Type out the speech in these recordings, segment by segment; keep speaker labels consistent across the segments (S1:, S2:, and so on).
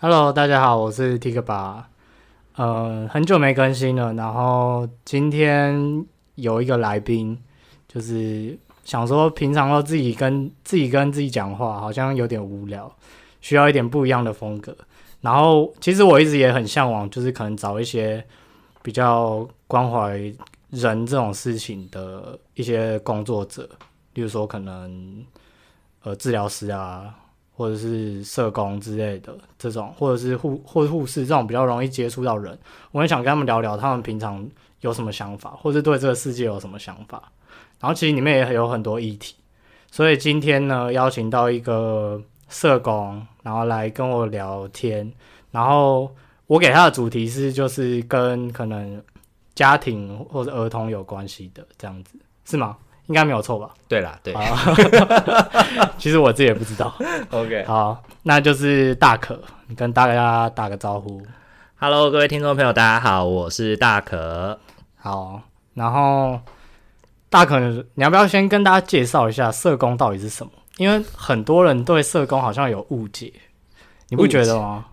S1: Hello，大家好，我是 Tik 吧。呃，很久没更新了，然后今天有一个来宾，就是想说平常都自己跟自己跟自己讲话，好像有点无聊，需要一点不一样的风格。然后其实我一直也很向往，就是可能找一些比较关怀人这种事情的一些工作者，例如说可能呃治疗师啊，或者是社工之类的这种，或者是护或者护士这种比较容易接触到人，我很想跟他们聊聊他们平常有什么想法，或是对这个世界有什么想法。然后其实里面也有很多议题，所以今天呢邀请到一个社工，然后来跟我聊天，然后我给他的主题是就是跟可能家庭或者儿童有关系的这样子，是吗？应该没有错吧？
S2: 对啦，对
S1: 其实我自己也不知道。
S2: ，OK。
S1: 好，那就是大可，你跟大家打个招呼。
S2: Hello，各位听众朋友，大家好，我是大可。
S1: 好，然后大可，你要不要先跟大家介绍一下社工到底是什么？因为很多人对社工好像有误解，你不觉得吗？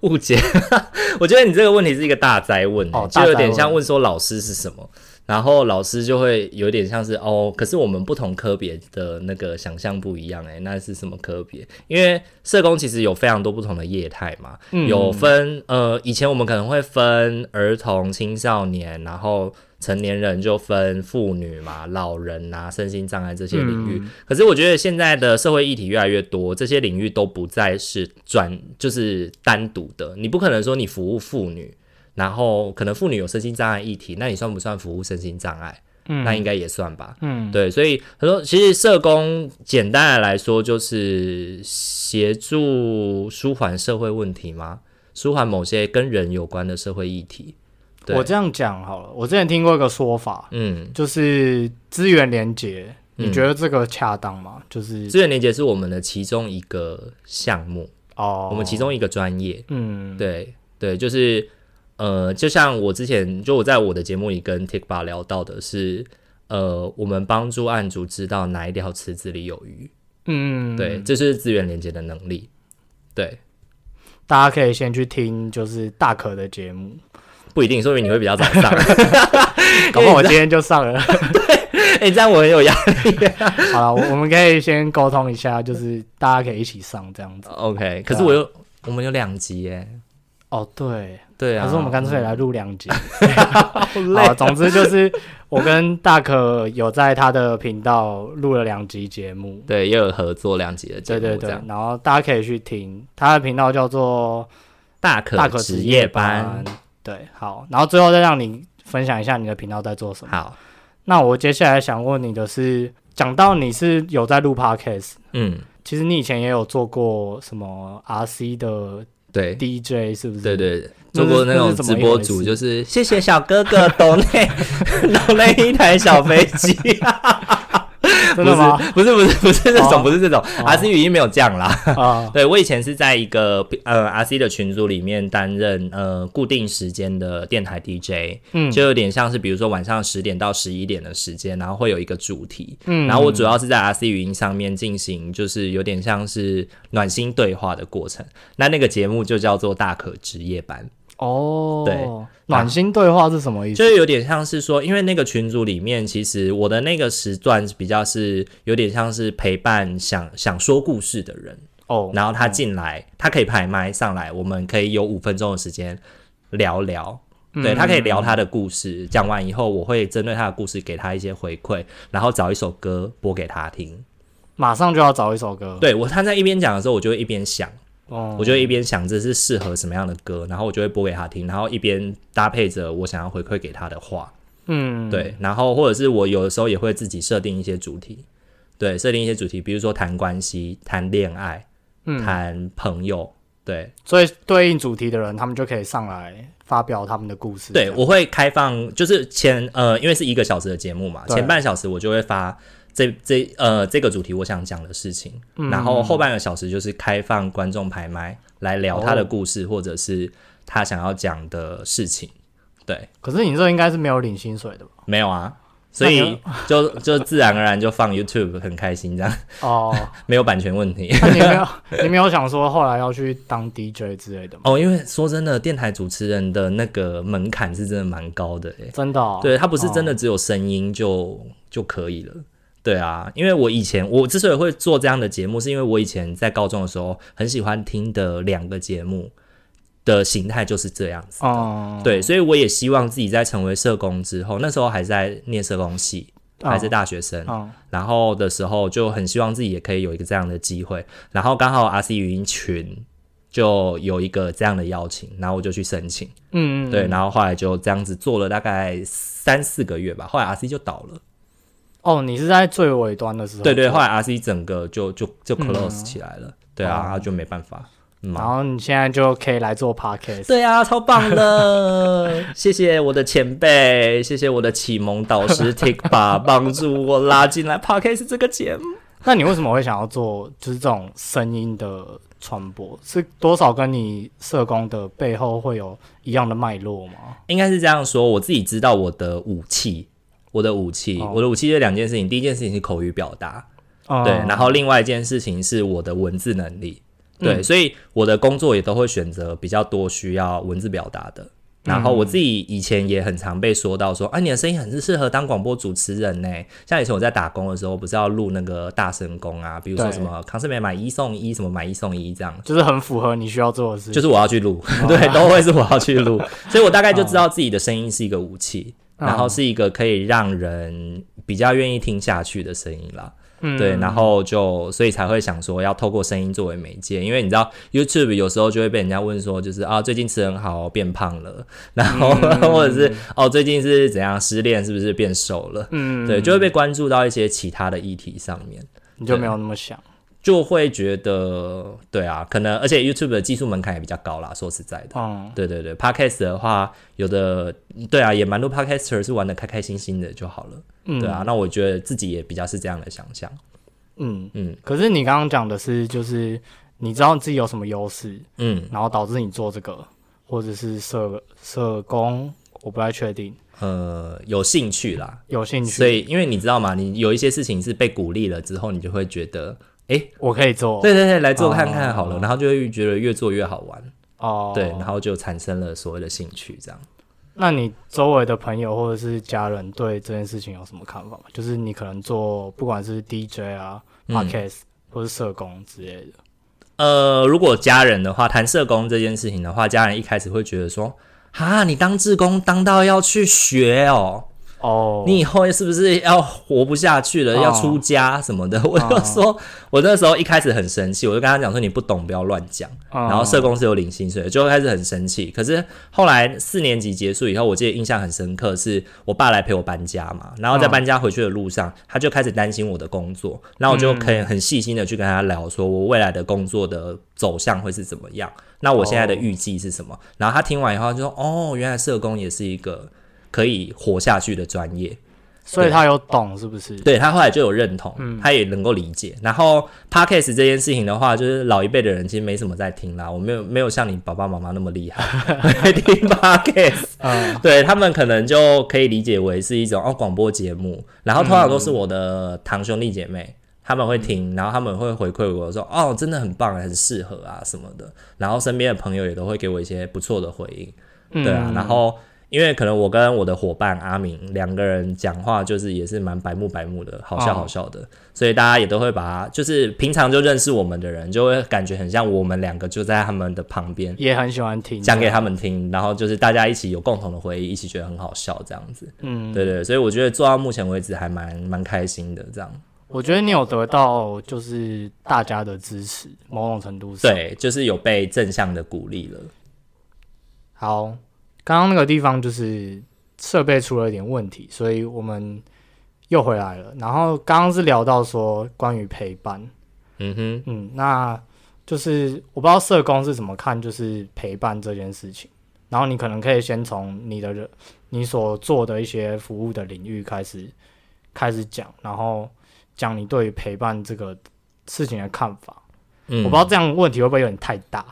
S2: 误解， 我觉得你这个问题是一个大灾问、欸
S1: 哦
S2: 就
S1: 大
S2: 有
S1: 哉
S2: 点
S1: 问
S2: 像问说老师是什么，然后老师就会有点像是哦，可是我们不同科别的那个想象不一样、欸，那是什么科别？因为社工其实有非常多不同的业态嘛，
S1: 嗯
S2: 有分呃，以前我们可能会分儿童、青少年，然后成年人就分妇女嘛、老人啊、身心障碍这些领
S1: 嗯
S2: 域。可是我觉得现在的社会议题越来越多，这些领域都不再是专就是单独的，你不可能说你服务妇女。然后可能妇女有身心障碍议题，那你算不算服务身心障碍？
S1: 嗯
S2: 那应该也算吧。
S1: 嗯，
S2: 对，所以很多其实社工简单的来说就是协助舒缓社会问题吗？舒缓某些跟人有关的社会议题。对
S1: 我这样讲好了。我之前听过一个说法，
S2: 嗯，就
S1: 就
S2: 是
S1: 是资源连结，你
S2: 嗯
S1: 觉得这个恰当吗？就是
S2: 资源连接是我们的其中一个项目，
S1: 哦，
S2: 我们其中一个专业。
S1: 嗯，
S2: 对对，就是呃，就像我之前就我在我的节目里跟 Tikba 聊到的是，呃，我们帮助案主知道哪一条池子里有鱼。
S1: 嗯，
S2: 对，这是资源连接的能力。对，
S1: 大家可以先去听就是大可的节 目，
S2: 不一定，说明你会比较早上。
S1: 搞不好我今天就上了。 欸
S2: 哎、这样我很有压力。
S1: 好了，我我们可以先沟通一下，就是大家可以一起上这样子。
S2: OK，可是我有，我们有两集耶。
S1: 哦，对，
S2: 对啊，
S1: 可是我们干脆来录两集。
S2: 好
S1: 好，总之就是我跟大可有在他的频道录了两集节目，
S2: 对，也有合作两集的节
S1: 对
S2: 目，
S1: 对
S2: 这
S1: 对
S2: 样。，
S1: 然后大家可以去听他的频道叫做
S2: 大可
S1: 大可
S2: 职
S1: 职
S2: 业
S1: 班
S2: 班，。
S1: 对，好，然后最后再让你分享一下你的频道在做什么。
S2: 好，
S1: 那我接下来想问你的是，讲到你是有在录 podcast，
S2: 嗯，
S1: 其实你以前也有做过什么 RC 的
S2: 对
S1: DJ 是不是？
S2: 对对，对
S1: 那
S2: 做
S1: 是
S2: 过那
S1: 那
S2: 种
S1: 是怎么
S2: 直播
S1: 一回
S2: 主，
S1: 事
S2: 就是谢谢小哥哥懂 内懂内一台小飞机，
S1: 真的 吗？
S2: 不是不是不是这
S1: 哦
S2: 种，不是这种，RC 语音没有这样啦。
S1: 啊，
S2: 对我以前是在一个呃 RC 的群组里面担任呃固定时间的电台 DJ，
S1: 嗯
S2: 就有点像是比如说晚上十点到十一点的时间，然后会有一个主题，
S1: 嗯
S2: 然后我主要是在 RC 语音上面进行，就是有点像是暖心对话的过程。那那个节目就叫做大可职业班，
S1: 哦，
S2: 对，
S1: 暖心对话是什么意思？
S2: 就是有点像是说，因为那个群组里面，其实我的那个时段比较是有点像是陪伴想想说故事的人。
S1: 哦，
S2: 然后他进来，他可以排麦上来，我们可以有五分钟的时间聊聊。对他可以聊他的故事，讲完以后，我会针对他的故事给他一些回馈，然后找一首歌播给他听。
S1: 马上就要找一首歌。，
S2: 对我，他在一边讲的时候，我就会一边想，
S1: 哦，
S2: 我就会一边想这是适合什么样的歌，然后我就会播给他听，然后一边搭配着我想要回馈给他的话。
S1: 嗯，
S2: 对，然后或者是我有的时候也会自己设定一些主题，对，设定一些主题，比如说谈关系、谈恋爱、
S1: 嗯，
S2: 谈朋友，对，
S1: 所以对应主题的人，他们就可以上来发表他们的故事。这
S2: 对，
S1: 样
S2: 我会开放，就是前呃，因为是一个小时的节目嘛，
S1: 对
S2: 前半小时我就会发这这呃这个主题我想讲的事情，然后后半个小时就是开放观众排麦来聊他的故事、或者是他想要讲的事情。对，
S1: 可是你这应该是没有领薪水的吧？
S2: 没有啊，所以就就自然而然就放 YouTube 很开心这样，
S1: 哦，
S2: 没有版权问题。
S1: 那你没有你没有想说后来要去当 DJ 之类的吗？
S2: 哦，因为说真的，电台主持人的那个门槛是真的蛮高的欸诶。
S1: 真的、哦，
S2: 对，它不是真的
S1: 哦
S2: 只有声音就、就可以了。对啊，因为我以前我之所以会做这样的节目，是因为我以前在高中的时候很喜欢听的两个节目的形态就是这样子。
S1: 哦，
S2: 对，所以我也希望自己在成为社工之后，那时候还在念社工系，
S1: 哦
S2: 还是大学生，
S1: 哦
S2: 然后的时候就很希望自己也可以有一个这样的机会。然后刚好 RC 语音群就有一个这样的邀请，然后我就去申请。
S1: 嗯，嗯
S2: 对，，然后后来就这样子做了大概三四个月吧，后来 RC 就倒了。
S1: 哦，你是在最尾端的时候，
S2: 对对，后，来 RC 整个就就就 close
S1: 嗯
S2: 起来了。对啊，
S1: 哦
S2: 然后就没办法。嗯
S1: 然
S2: 啊，
S1: 后你现在就可以来做 podcast，
S2: 对啊，超棒的！谢谢我的前辈，谢谢我的启蒙导师 Tik 吧，帮助我拉进来 Podcast 这个节目。
S1: 那你为什么会想要做就是这种声音的传播？是多少跟你社工的背后会有一样的脉络吗？
S2: 应该是这样说，我自己知道我的武器，我的武器，
S1: 哦
S2: 我的武器就两件事情，第一件事情是口语表达，
S1: 嗯
S2: 对，然后另外一件事情是我的文字能力，对，
S1: 嗯
S2: 所以我的工作也都会选择比较多需要文字表达的。然后我自己以前也很常被说到说，啊，你的声音很适合当广播主持人呢。像以前我在打工的时候，不是要录那个大声公啊，比如说
S1: 对
S2: 什么康斯美买一送一，什么买一送一这样。
S1: 就是很符合你需要做的事，
S2: 就是我要去录，
S1: 哦
S2: 对，都会是我要去 录，所以我大概就知道自己的声音是一个武器，
S1: 嗯
S2: 然后是一个可以让人比较愿意听下去的声音啦。
S1: 嗯
S2: 对，然后就所以才会想说要透过声音作为媒介，因为你知道 YouTube 有时候就会被人家问说，就是啊最近吃很好变胖了，然后、
S1: 嗯
S2: 或者是哦最近是怎样失恋是不是变瘦了，
S1: 嗯，
S2: 对，就会被关注到一些其他的议题上面。
S1: 你就没有那么想，
S2: 就会觉得，对啊，可能而且 YouTube 的技术门槛也比较高啦。说实在的，
S1: 嗯，
S2: 对对对，Podcast 的话，有的对啊，也蛮多 Podcaster 是玩的开开心心的就好了，
S1: 嗯
S2: 对啊。，那我觉得自己也比较是这样的想象，
S1: 嗯
S2: 嗯
S1: 可是你刚刚讲的是，就是你知道自己有什么优势，
S2: 嗯
S1: 然后导致你做这个，或者是社社工，我不太确定，
S2: 呃，有兴趣啦。
S1: 有兴趣，
S2: 所以，因为你知道嘛，你有一些事情是被鼓励了之后，你就会觉得，
S1: 我可以做，
S2: 对对对，来做看看
S1: 哦
S2: 好了，然后就会觉得越做越好玩，
S1: 哦，
S2: 对，然后就产生了所谓的兴趣，这样。
S1: 那你周围的朋友或者是家人对这件事情有什么看法吗？就是你可能做不管是 DJ 啊、
S2: 嗯哦
S1: podcast 或是社工之类的，
S2: 呃，如果家人的话，谈社工这件事情的话，家人一开始会觉得说，哈，你当志工当到要去学哦，
S1: 哦，
S2: 你以后是不是要活不下去了，
S1: 哦
S2: 要出家什么的？ 我就说，我那时候一开始很生气，我就跟他讲说，你不懂，不要乱讲。
S1: 嗯
S2: 然后社工是有领薪水的，就开始很生气。可是后来四年级结束以后，我记得印象很深刻，是我爸来陪我搬家嘛，然后在
S1: 嗯
S2: 搬家回去的路上，他就开始担心我的工作，然后我就可以很细心的去跟他聊，说我未来的工作的走向会是怎么样，那我现在的预计是什么。然后他听完以后他就说，哦，原来社工也是一个。可以活下去的专业，
S1: 所以他有懂是不是？
S2: 对他后来就有认同，他也能够理解。然后 podcast 这件事情的话，就是老一辈的人其实没什么在听啦，我没有没有像你爸爸妈妈那么厉害 会听 podcast，
S1: 嗯，
S2: 对他们可能就可以理解为是一种哦广播节目。然后通常都是我的堂兄弟姐妹。他们会听，然后他们会回馈我说：“哦，真的很棒，很适合啊什么的。”然后身边的朋友也都会给我一些不错的回应。
S1: 嗯
S2: 对啊，然后因为可能我跟我的伙伴阿明两个人讲话，就是也是蛮白目白目的，好笑
S1: 哦
S2: 好笑的，所以大家也都会把就是平常就认识我们的人，就会感觉很像我们两个就在他们的旁边
S1: 也很喜欢听，
S2: 讲给他们听，然后就是大家一起有共同的回忆，一起觉得很好笑这样子。
S1: 嗯，
S2: 对对，所以我觉得做到目前为止还蛮蛮开心的这样。
S1: 我觉得你有得到就是大家的支持，某种程度上。，
S2: 对，就是有被正向的鼓励了。
S1: 好，刚刚那个地方就是设备出了一点问题，所以我们又回来了。然后刚刚是聊到说关于陪伴，
S2: 嗯哼。
S1: 嗯，那就是我不知道社工是怎么看就是陪伴这件事情。然后你可能可以先从你的人你所做的一些服务的领域开始开始讲，然后讲你对于陪伴这个事情的看法。
S2: 嗯
S1: 我不知道这样问题会不会有点太大。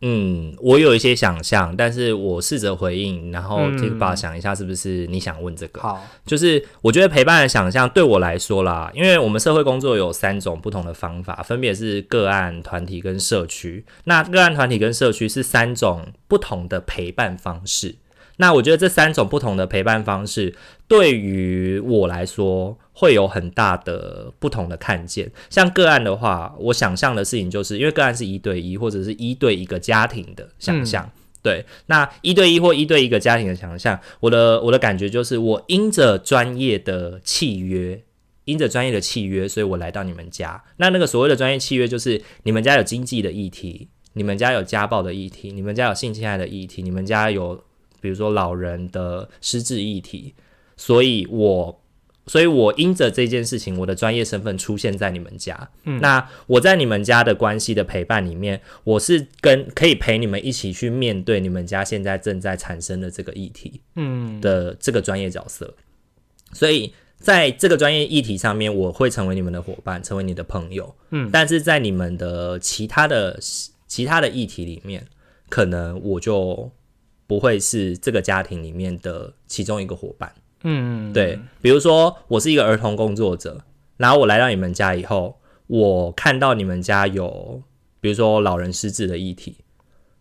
S2: 嗯，我有一些想象，但是我试着回应，然后
S1: 嗯
S2: t i k b a 想一下是不是你想问这个？
S1: 好，
S2: 就是我觉得陪伴的想象对我来说啦，因为我们社会工作有三种不同的方法，分别是个案、团体跟社区。那个案、团体跟社区是三种不同的陪伴方式。那我觉得这三种不同的陪伴方式，对于我来说会有很大的不同的看见。像个案的话，我想象的事情就是因为个案是一对一或者是一对一个家庭的想象。对，那一对一或一对一个家庭的想象，我的我的感觉就是，我因着专业的契约，因着专业的契约，所以我来到你们家。那那个所谓的专业契约，就是你们家有经济的议题，你们家有家暴的议题，你们家有性侵害的议题，你们家有比如说老人的失智议题，所以我。所以，我因着这件事情，我的专业身份出现在你们家。
S1: 嗯
S2: 那我在你们家的关系的陪伴里面，我是跟可以陪你们一起去面对你们家现在正在产生的这个议题。
S1: 嗯，
S2: 的这个专业角色，所以在这个专业议题上面，我会成为你们的伙伴，成为你的朋友。
S1: 嗯，
S2: 但是在你们的其他的其他的议题里面，可能我就不会是这个家庭里面的其中一个伙伴。
S1: 嗯，
S2: 对，比如说我是一个儿童工作者，然后我来到你们家以后，我看到你们家有比如说老人失智的议题，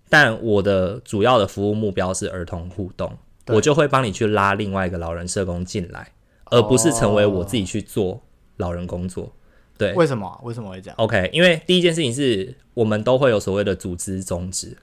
S2: 但我的主要的服务目标是儿童互动，
S1: 对
S2: 我就会帮你去拉另外一个老人社工进来，
S1: 嗯
S2: 而不是成为我自己去做老人工作。对
S1: 为什么啊为什么会这样？
S2: ，OK，因为第一件事情是我们都会有所谓的组织宗旨，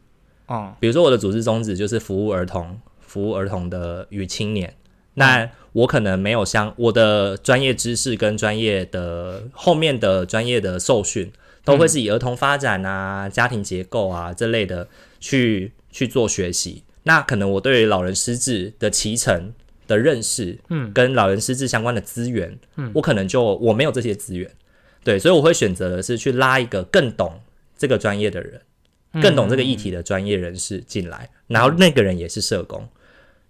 S1: 嗯
S2: 比如说我的组织宗旨就是服务儿童，服务儿童的与青年。那我可能没有像我的专业知识跟专业的后面的专业的受训，都会是以儿童发展啊、家庭结构啊这类的去去做学习。那可能我对于老人失智的脐橙的认识，
S1: 嗯，
S2: 跟老人失智相关的资源，嗯，我可能就我没有这些资源，对，所以我会选择的是去拉一个更懂这个专业的人。更懂这个议题的专业人士进来，然后那个人也是社工，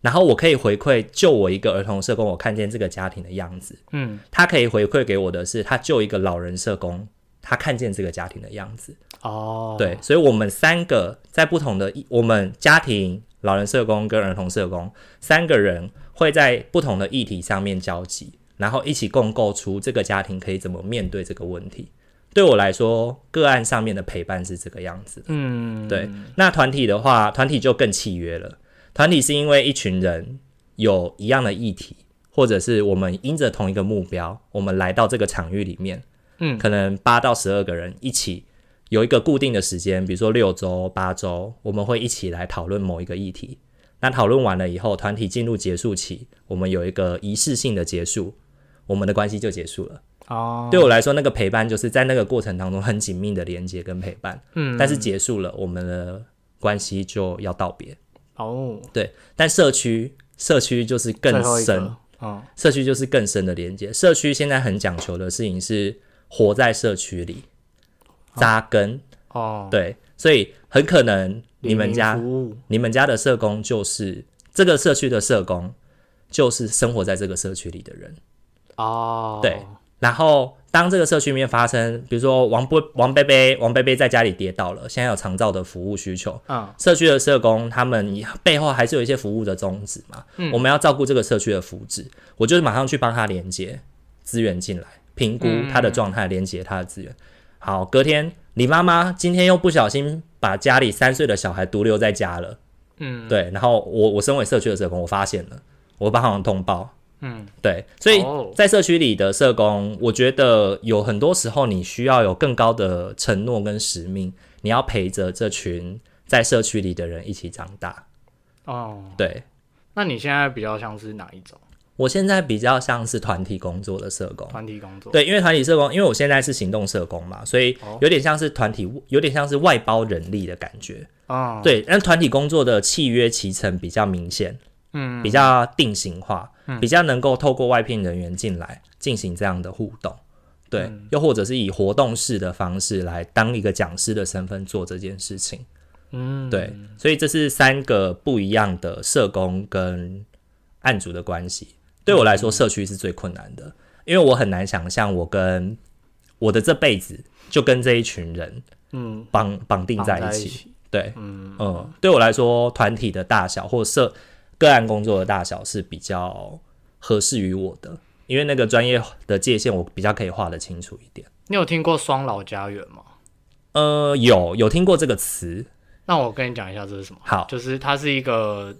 S2: 然后我可以回馈，就我一个儿童社工，我看见这个家庭的样子，
S1: 嗯，
S2: 他可以回馈给我的是，他就一个老人社工，他看见这个家庭的样子。
S1: 哦，
S2: 对，，所以我们三个在不同的议我们家庭、老人社工跟儿童社工三个人会在不同的议题上面交集，然后一起共构出这个家庭可以怎么面对这个问题。对我来说，个案上面的陪伴是这个样子。
S1: 嗯，
S2: 对，那团体的话，团体就更契约了。团体是因为一群人有一样的议题，或者是我们因着同一个目标，我们来到这个场域里面，
S1: 嗯
S2: 可能八到十二个人一起，有一个固定的时间，比如说六周、八周，我们会一起来讨论某一个议题。那讨论完了以后，团体进入结束期，我们有一个仪式性的结束，我们的关系就结束了。
S1: 哦，
S2: 对我来说，那个陪伴就是在那个过程当中很紧密的连接跟陪伴。
S1: 嗯，
S2: 但是结束了，我们的关系就要道别。
S1: 哦，
S2: 但社区，社区就是更
S1: 最后一
S2: 深
S1: 个，，嗯
S2: 社区就是更深的连接。社区现在很讲求的事情是活在社区里，扎根。
S1: 哦，
S2: 对，所以很可能你
S1: 黎
S2: 们
S1: 明
S2: 家
S1: 服务，
S2: 你们家的社工就是这个社区的社工，就是生活在这个社区里的人。
S1: 哦，
S2: 对，然后当这个社区里面发生，比如说王伯王贝贝王贝贝在家里跌倒了，现在有长照的服务需求，
S1: 嗯
S2: 社区的社工，他们背后还是有一些服务的宗旨嘛。我们要照顾这个社区的福祉，我就是马上去帮他连接资源进来，评估他的状态，连接他的资源。好，隔天李妈妈今天又不小心把家里三岁的小孩独留在家了，
S1: 嗯，
S2: 对。然后我我身为社区的社工，我发现了，我帮忙通报，
S1: 嗯，
S2: 对，所以
S1: 哦
S2: 在社区里的社工，我觉得有很多时候你需要有更高的承诺跟使命，你要陪着这群在社区里的人一起长大。
S1: 哦，
S2: 对
S1: 那你现在比较像是哪一种
S2: 我现在比较像是团体工作的社工，
S1: 团体工作？，
S2: 对，因为团体社工，因为我现在是行动社工嘛，所以
S1: 哦
S2: 有点像是团体，有点像是外包人力的感觉。
S1: 嗯，，
S2: 对，但团体工作的契约期程比较明显，
S1: 嗯，
S2: 比较定型化，比较能够透过外聘人员进来进行这样的互动。对，
S1: 嗯
S2: 又或者是以活动式的方式来当一个讲师的身份做这件事情。
S1: 嗯，
S2: 对，所以这是三个不一样的社工跟案主的关系。对我来
S1: 嗯
S2: 说，社区是最困难的，因为我很难想象我跟我的这辈子就跟这一群人
S1: 嗯，
S2: 绑绑定
S1: 绑
S2: 在
S1: 在
S2: 一起。
S1: 起，
S2: 对，嗯嗯，对我来说，团体的大小或社个案工作的大小是比较合适于我的，因为那个专业的界限我比较可以画得清楚一点。
S1: 你有听过双老家园吗？
S2: 呃，有有听过这个词，
S1: 那我跟你讲一下这是什么。
S2: 好
S1: 就是它是一个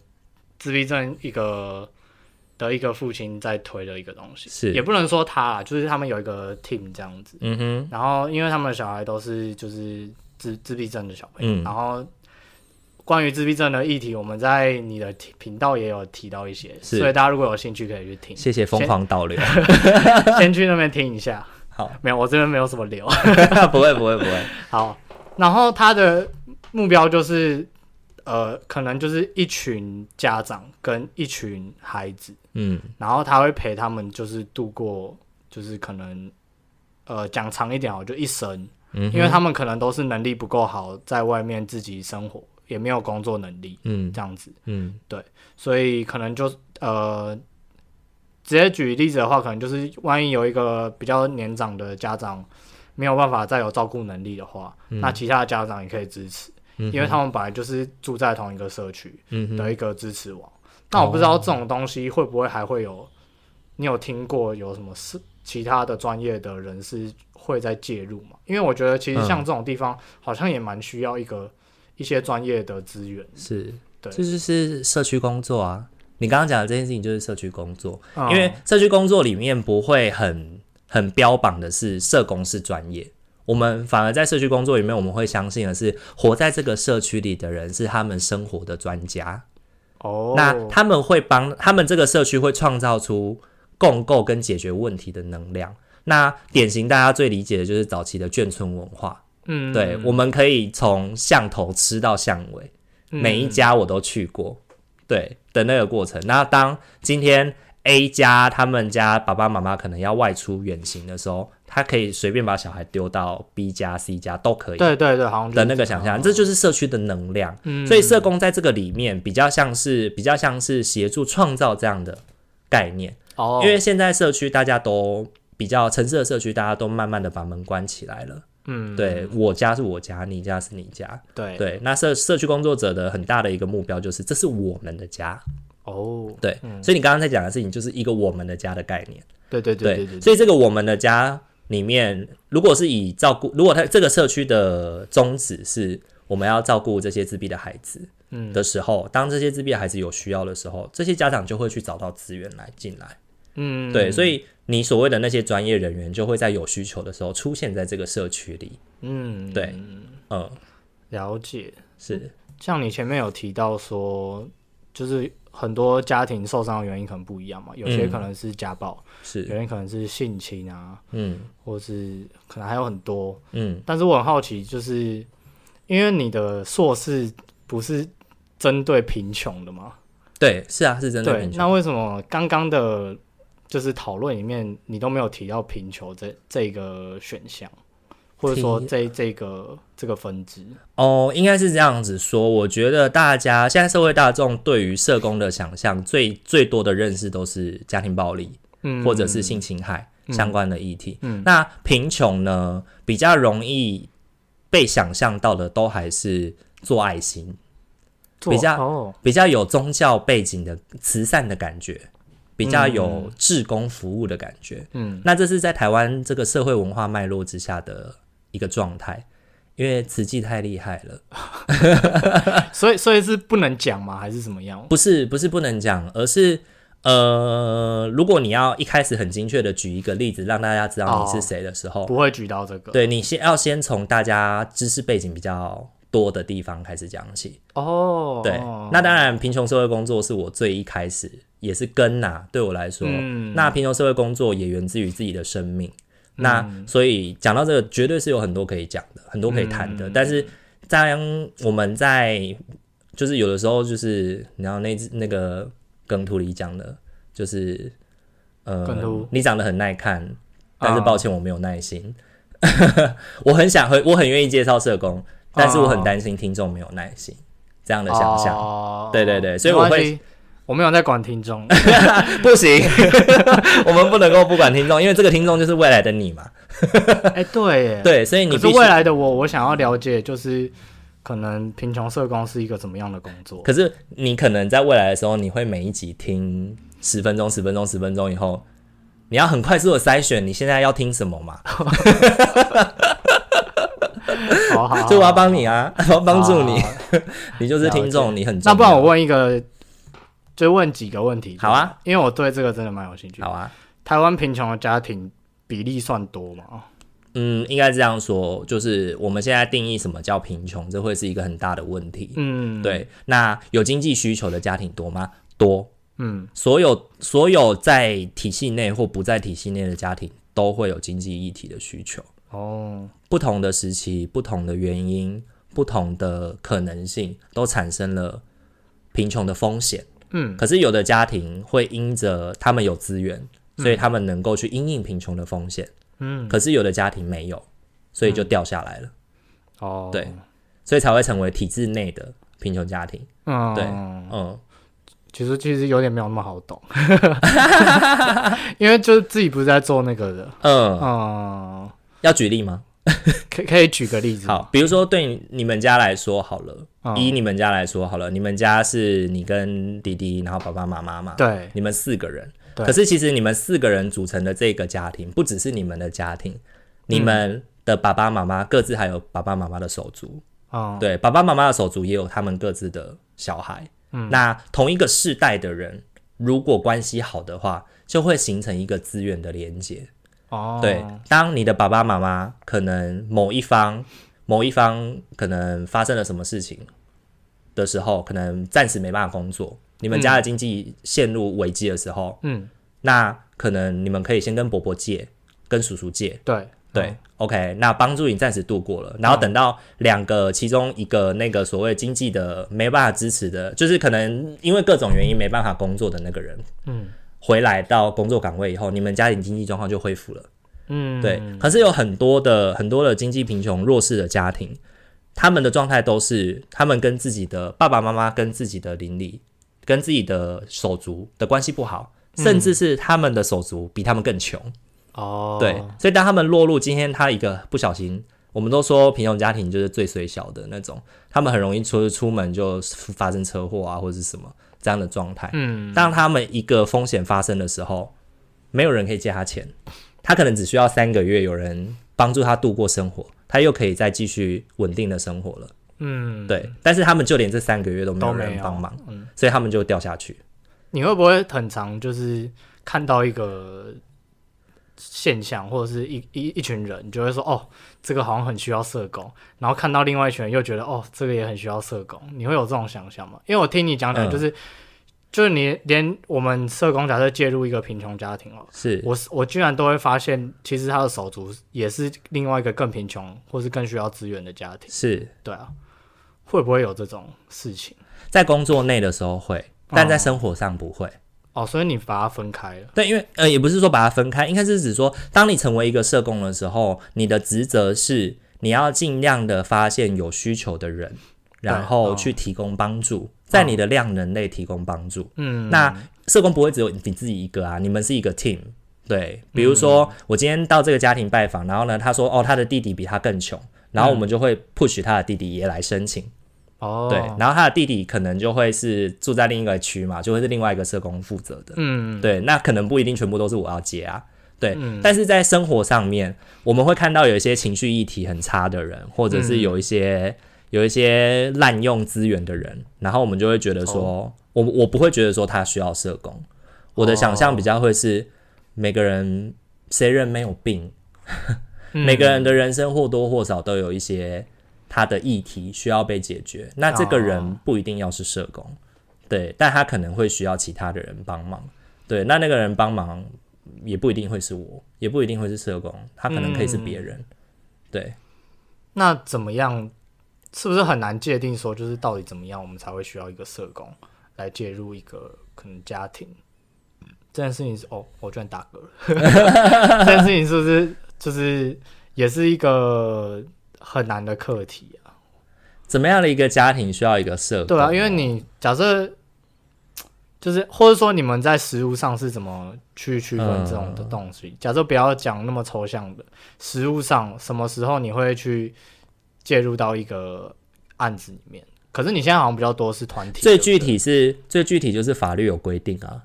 S1: 自闭症一个的一个父亲在推的一个东西，
S2: 是
S1: 也不能说他啦，就是他们有一个 team 这样子。
S2: 嗯哼，
S1: 然后因为他们的小孩都是就是自自闭症的小朋友，
S2: 嗯
S1: 然后关于自闭症的议题，我们在你的提频道也有提到一些，
S2: 是
S1: 所以大家如果有兴趣可以去听，
S2: 谢谢疯狂导流。
S1: 先去那边听一下。
S2: 好，
S1: 没有，我这边没有什么流。
S2: 不会不会不会，
S1: 好，然后他的目标就是，呃，可能就是一群家长跟一群孩子，
S2: 嗯
S1: 然后他会陪他们就是度过，就是可能，呃，讲长一点哦，就一生，
S2: 嗯哼，
S1: 因为他们可能都是能力不够好，在外面自己生活，也没有工作能力
S2: 嗯
S1: 这样子，
S2: 嗯
S1: 所以可能就呃。直接举例子的话，可能就是万一有一个比较年长的家长没有办法再有照顾能力的话，
S2: 嗯
S1: 那其他的家长也可以支持。
S2: 嗯
S1: 因为他们本来就是住在同一个社区
S2: 嗯哦哼
S1: 的一个支持网。那我不知道这种东西会不会还会有，你有听过有什么是其他的专业的人士会在介入吗？因为我觉得其实
S2: 嗯
S1: 像这种地方好像也蛮需要一个一些专业的资源。
S2: 是，
S1: 对
S2: 这就是社区工作啊。你刚刚讲的这件事情就是社区工作，
S1: 嗯
S2: 因为社区工作里面不会很很标榜的是社工是专业，我们反而在社区工作里面，我们会相信的是活在这个社区里的人是他们生活的专家。
S1: 哦，
S2: 那他们会帮他们这个社区会创造出共构跟解决问题的能量。那典型大家最理解的就是早期的眷村文化，
S1: 嗯
S2: 对，我们可以从巷头吃到巷尾，
S1: 嗯
S2: 每一家我都去过，对的那个过程。那当今天 A 家他们家爸爸妈妈可能要外出远行的时候，他可以随便把小孩丢到 B 家、C 家都可以
S1: 对对对，好像就是
S2: 的那个
S1: 这样
S2: 想象，这就是社区的能量。
S1: 嗯
S2: 所以社工在这个里面比较像是比较像是协助创造这样的概念，
S1: 哦，
S2: 因为现在社区大家都比较城市的社区，大家都慢慢的把门关起来了。
S1: 嗯
S2: 对我家是我家，你家是你家。
S1: 对
S2: 对，那社社区工作者的很大的一个目标就是，这是我们的家。
S1: 哦，
S2: 对，所以你刚刚在讲的事情就是一个我们的家的概念。
S1: 对对对对对对，
S2: 所以这个我们的家里面，如果是以照顾，如果他这个社区的宗旨是我们要照顾这些自闭的孩子
S1: 嗯
S2: 的时候，当这些自闭的孩子有需要的时候，这些家长就会去找到资源来进来。
S1: 嗯
S2: 对，所以你所谓的那些专业人员就会在有需求的时候出现在这个社区里。
S1: 嗯
S2: 对，嗯，
S1: 了解。
S2: 是，
S1: 像你前面有提到说，就是很多家庭受伤的原因可能不一样嘛，有些
S2: 嗯
S1: 可能是家暴，有
S2: 是，
S1: 些可能是性侵啊，
S2: 嗯
S1: 或是可能还有很多。
S2: 嗯。
S1: 但是我很好奇，就是因为你的硕士不是针对贫穷的吗？
S2: 对，是啊，是真的
S1: 对
S2: 贫，穷。
S1: 那为什么刚刚的就是讨论里面你都没有提到贫穷这这个选项，或者说
S2: 提
S1: 这这个这个分支？
S2: 哦，应该是这样子说。我觉得大家现在社会大众对于社工的想象最最多的认识都是家庭暴力
S1: 嗯，
S2: 或者是性侵害相关的议题。
S1: 嗯
S2: 那贫穷呢，比较容易被想象到的都还是做爱心，
S1: 做
S2: 比较
S1: 哦，
S2: 比较有宗教背景的慈善的感觉，比较有
S1: 嗯
S2: 志工服务的感觉。
S1: 嗯
S2: 那这是在台湾这个社会文化脉络之下的一个状态，因为慈济太厉害了，
S1: 所以所以是不能讲吗？还是怎么样？
S2: 不是不是不能讲，而是呃，如果你要一开始很精确的举一个例子，让大家知道你
S1: 哦
S2: 是谁的时候，
S1: 不会举到这个。
S2: 对你先要先从大家知识背景比较多的地方开始讲起。
S1: 哦，
S2: 对，那当然，贫穷社会工作是我最一开始也是根呐、对我来说，
S1: 嗯
S2: 那贫穷社会工作也源自于自己的生命。那所以讲到这个，绝对是有很多可以讲的，很多可以谈
S1: 嗯
S2: 的。但是当我们在就是有的时候就是，你知道那只那个梗图里讲的，就是
S1: 梗
S2: 呃
S1: 图，
S2: 你长得很耐看，但是
S1: 啊
S2: 抱歉我没有耐心。 我很想很我很愿意介绍社工，但是我很担心听众没有耐心这样的想象。
S1: 哦
S2: 对对对所以我会
S1: 没关系，我没有在管听 众。
S2: 不行， 我们不能够不管听众，因为这个听众就是未来的你嘛。
S1: 哎，对耶，
S2: 对，所以
S1: 可
S2: 你必
S1: 是
S2: 须
S1: 未来的我，我想要了解，就是可能贫穷社工是一个怎么样的工作？
S2: 可是你可能在未来的时候，你会每一集听十分钟、十分钟、十分钟以后，你要很快速的筛选你现在要听什么 嘛？
S1: 好好好，
S2: 所以我要帮你啊，我要帮助你
S1: 好，好好
S2: 你就是听众，你很重
S1: 哦那
S2: 要
S1: 不然我问一个，就问几个问题。
S2: 好，啊，
S1: 因为我对这个真的蛮有兴趣。
S2: 好啊，
S1: 台湾贫穷的家庭比例算多吗？哦
S2: 嗯，应该这样说，就是我们现在定义什么叫贫穷，这会是一个很大的问题。
S1: 嗯，，
S2: 对，那有经济需求的家庭多吗？多，
S1: 嗯
S2: 所有所有在体系内或不在体系内的家庭都会有经济议题的需求。
S1: 哦，
S2: 不同的时期、不同的原因、不同的可能性，都产生了贫穷的风险。
S1: 嗯
S2: 可是有的家庭会因着他们有资源，所以他们能够去因应贫穷的风险。
S1: 嗯，
S2: 可是有的家庭没有，所以就掉下来了，
S1: 哦，
S2: 对，所以才会成为体制内的贫穷家庭。
S1: 嗯，
S2: 对嗯，
S1: 其实其实有点没有那么好 懂，因为就是自己不是在做那个的。
S2: 嗯，
S1: 嗯，
S2: 要举例吗？
S1: 可可以举个例子吗？
S2: 好，比如说对你们家来说好了，
S1: 嗯
S2: 以你们家来说好了，你们家是你跟弟弟，然后爸爸妈妈嘛，
S1: 对，
S2: 你们四个人。
S1: 对
S2: 可是其实你们四个人组成的这个家庭，不只是你们的家庭，你
S1: 嗯
S2: 们的爸爸妈妈各自还有爸爸妈妈的手足，
S1: 嗯，
S2: 对，爸爸妈妈的手足也有他们各自的小孩。嗯，那同一个世代的人，如果关系好的话，就会形成一个资源的连接。
S1: 哦，
S2: 对，当你的爸爸妈妈可能某一方某一方可能发生了什么事情的时候，可能暂时没办法工作，你们家的经济陷入危机的时候，
S1: 嗯，
S2: 那可能你们可以先跟伯伯借，跟叔叔借，
S1: 对
S2: 对、o k 那帮助你暂时度过了，然后等到两个其中一个那个所谓经济的没办法支持的，就是可能因为各种原因没办法工作的那个人，
S1: 嗯，
S2: 回来到工作岗位以后，你们家庭经济状况就恢复了。
S1: 嗯，
S2: 对，可是有很多的很多的经济贫穷弱势的家庭，他们的状态都是他们跟自己的爸爸妈妈、跟自己的邻里、跟自己的手足的关系不好，甚至是他们的手足比他们更穷。
S1: 哦，
S2: 对，所以当他们落入今天他一个不小心。我们都说贫穷家庭就是最水小的那种，他们很容易出出门就发生车祸啊，或者是什么这样的状态。
S1: 嗯，
S2: 当他们一个风险发生的时候，没有人可以借他钱，他可能只需要三个月有人帮助他度过生活，他又可以再继续稳定的生活了。
S1: 嗯，
S2: 对，但是他们就连这三个月都没有
S1: 都没
S2: 人
S1: 有
S2: 帮忙，
S1: 嗯
S2: 所以他们就掉下去。
S1: 你会不会很常就是看到一个现象，或者是一一一群人，你就会说哦，这个好像很需要社工，然后看到另外一群人又觉得哦，这个也很需要社工，你会有这种想象吗？因为我听你讲讲，
S2: 嗯
S1: 就是、就是你连我们社工假设介入一个贫穷家庭哦，
S2: 是，
S1: 我我居然都会发现，其实他的手足也是另外一个更贫穷或是更需要资源的家庭，
S2: 是
S1: 对啊，会不会有这种事情？
S2: 在工作内的时候会，但在生活上不会。
S1: 哦，所以你把它分开了，
S2: 对，因为呃，也不是说把它分开，应该是指说，当你成为一个社工的时候，你的职责是你要尽量的发现有需求的人，然
S1: 对
S2: 后
S1: 哦
S2: 去提供帮助，在你的量能内提供帮助。
S1: 嗯，
S2: 那社工不会只有你自己一个啊，你们是一个 team。对，比如说、我今天到这个家庭拜访，然后呢，他说哦，他的弟弟比他更穷，然后我们就会 push 他的弟弟也来申请。
S1: 哦，
S2: 对，然后他的弟弟可能就会是住在另一个区嘛，就会是另外一个社工负责的。
S1: 嗯，
S2: 对，那可能不一定全部都是我要接啊。对，但是在生活上面，我们会看到有一些情绪议题很差的人，或者
S1: 嗯
S2: 是有一些、有一些滥用资源的人，然后我们就会觉得说，
S1: 哦
S2: 我我不会觉得说他需要社工，我的想
S1: 哦
S2: 象比较会是、每个人谁人没有病，
S1: 嗯
S2: 每个人的人生或多或少都有一些他的议题需要被解决，那这个人不一定要是社工，对，但他可能会需要其他的人帮忙，对，那那个人帮忙也不一定会是我，也不一定会是社工，他可能可以是别人，对，
S1: 那怎么样？是不是很难界定说，就是到底怎么样，我们才会需要一个社工来介入一个可能家庭？这件事情是哦，我居然打嗝了。 这件事情是不是就是也是一个很难的课题啊？
S2: 怎么样的一个家庭需要一个社工？
S1: 对啊，因为你假设就是或者说你们在实物上是怎么去区分这种的东西？
S2: 嗯
S1: 假设不要讲那么抽象的，实物上什么时候你会去介入到一个案子里面。可是你现在好像比较多是团体，
S2: 最
S1: 对不对
S2: 具，体是最具体就是法律有规定啊，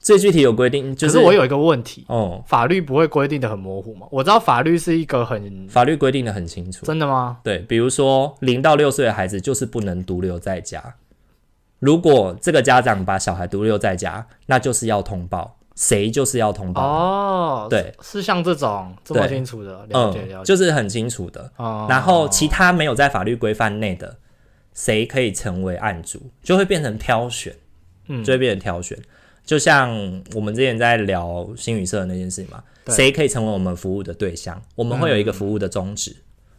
S2: 最具体有规定就
S1: 可是我有一个问题，
S2: 哦，
S1: 法律不会规定的很模糊吗？我知道法律是一个很
S2: 法律规定的很清楚。
S1: 真的吗？
S2: 对，比如说零到六岁的孩子就是不能独留在家。如果这个家长把小孩独留在家，那就是要通报，谁就是要通报，
S1: 哦，
S2: 嗯对
S1: 是，是像这种这么
S2: 对
S1: 清楚的，了解了解。
S2: 嗯，就是很清楚的。
S1: 哦
S2: 然后其他没有在法律规范内的，谁可以成为案主，就会变成挑选，
S1: 嗯
S2: 就会变成挑选。就像我们之前在聊新语社的那件事嘛，
S1: 对
S2: 谁可以成为我们服务的对象，我们会有一个服务的宗旨，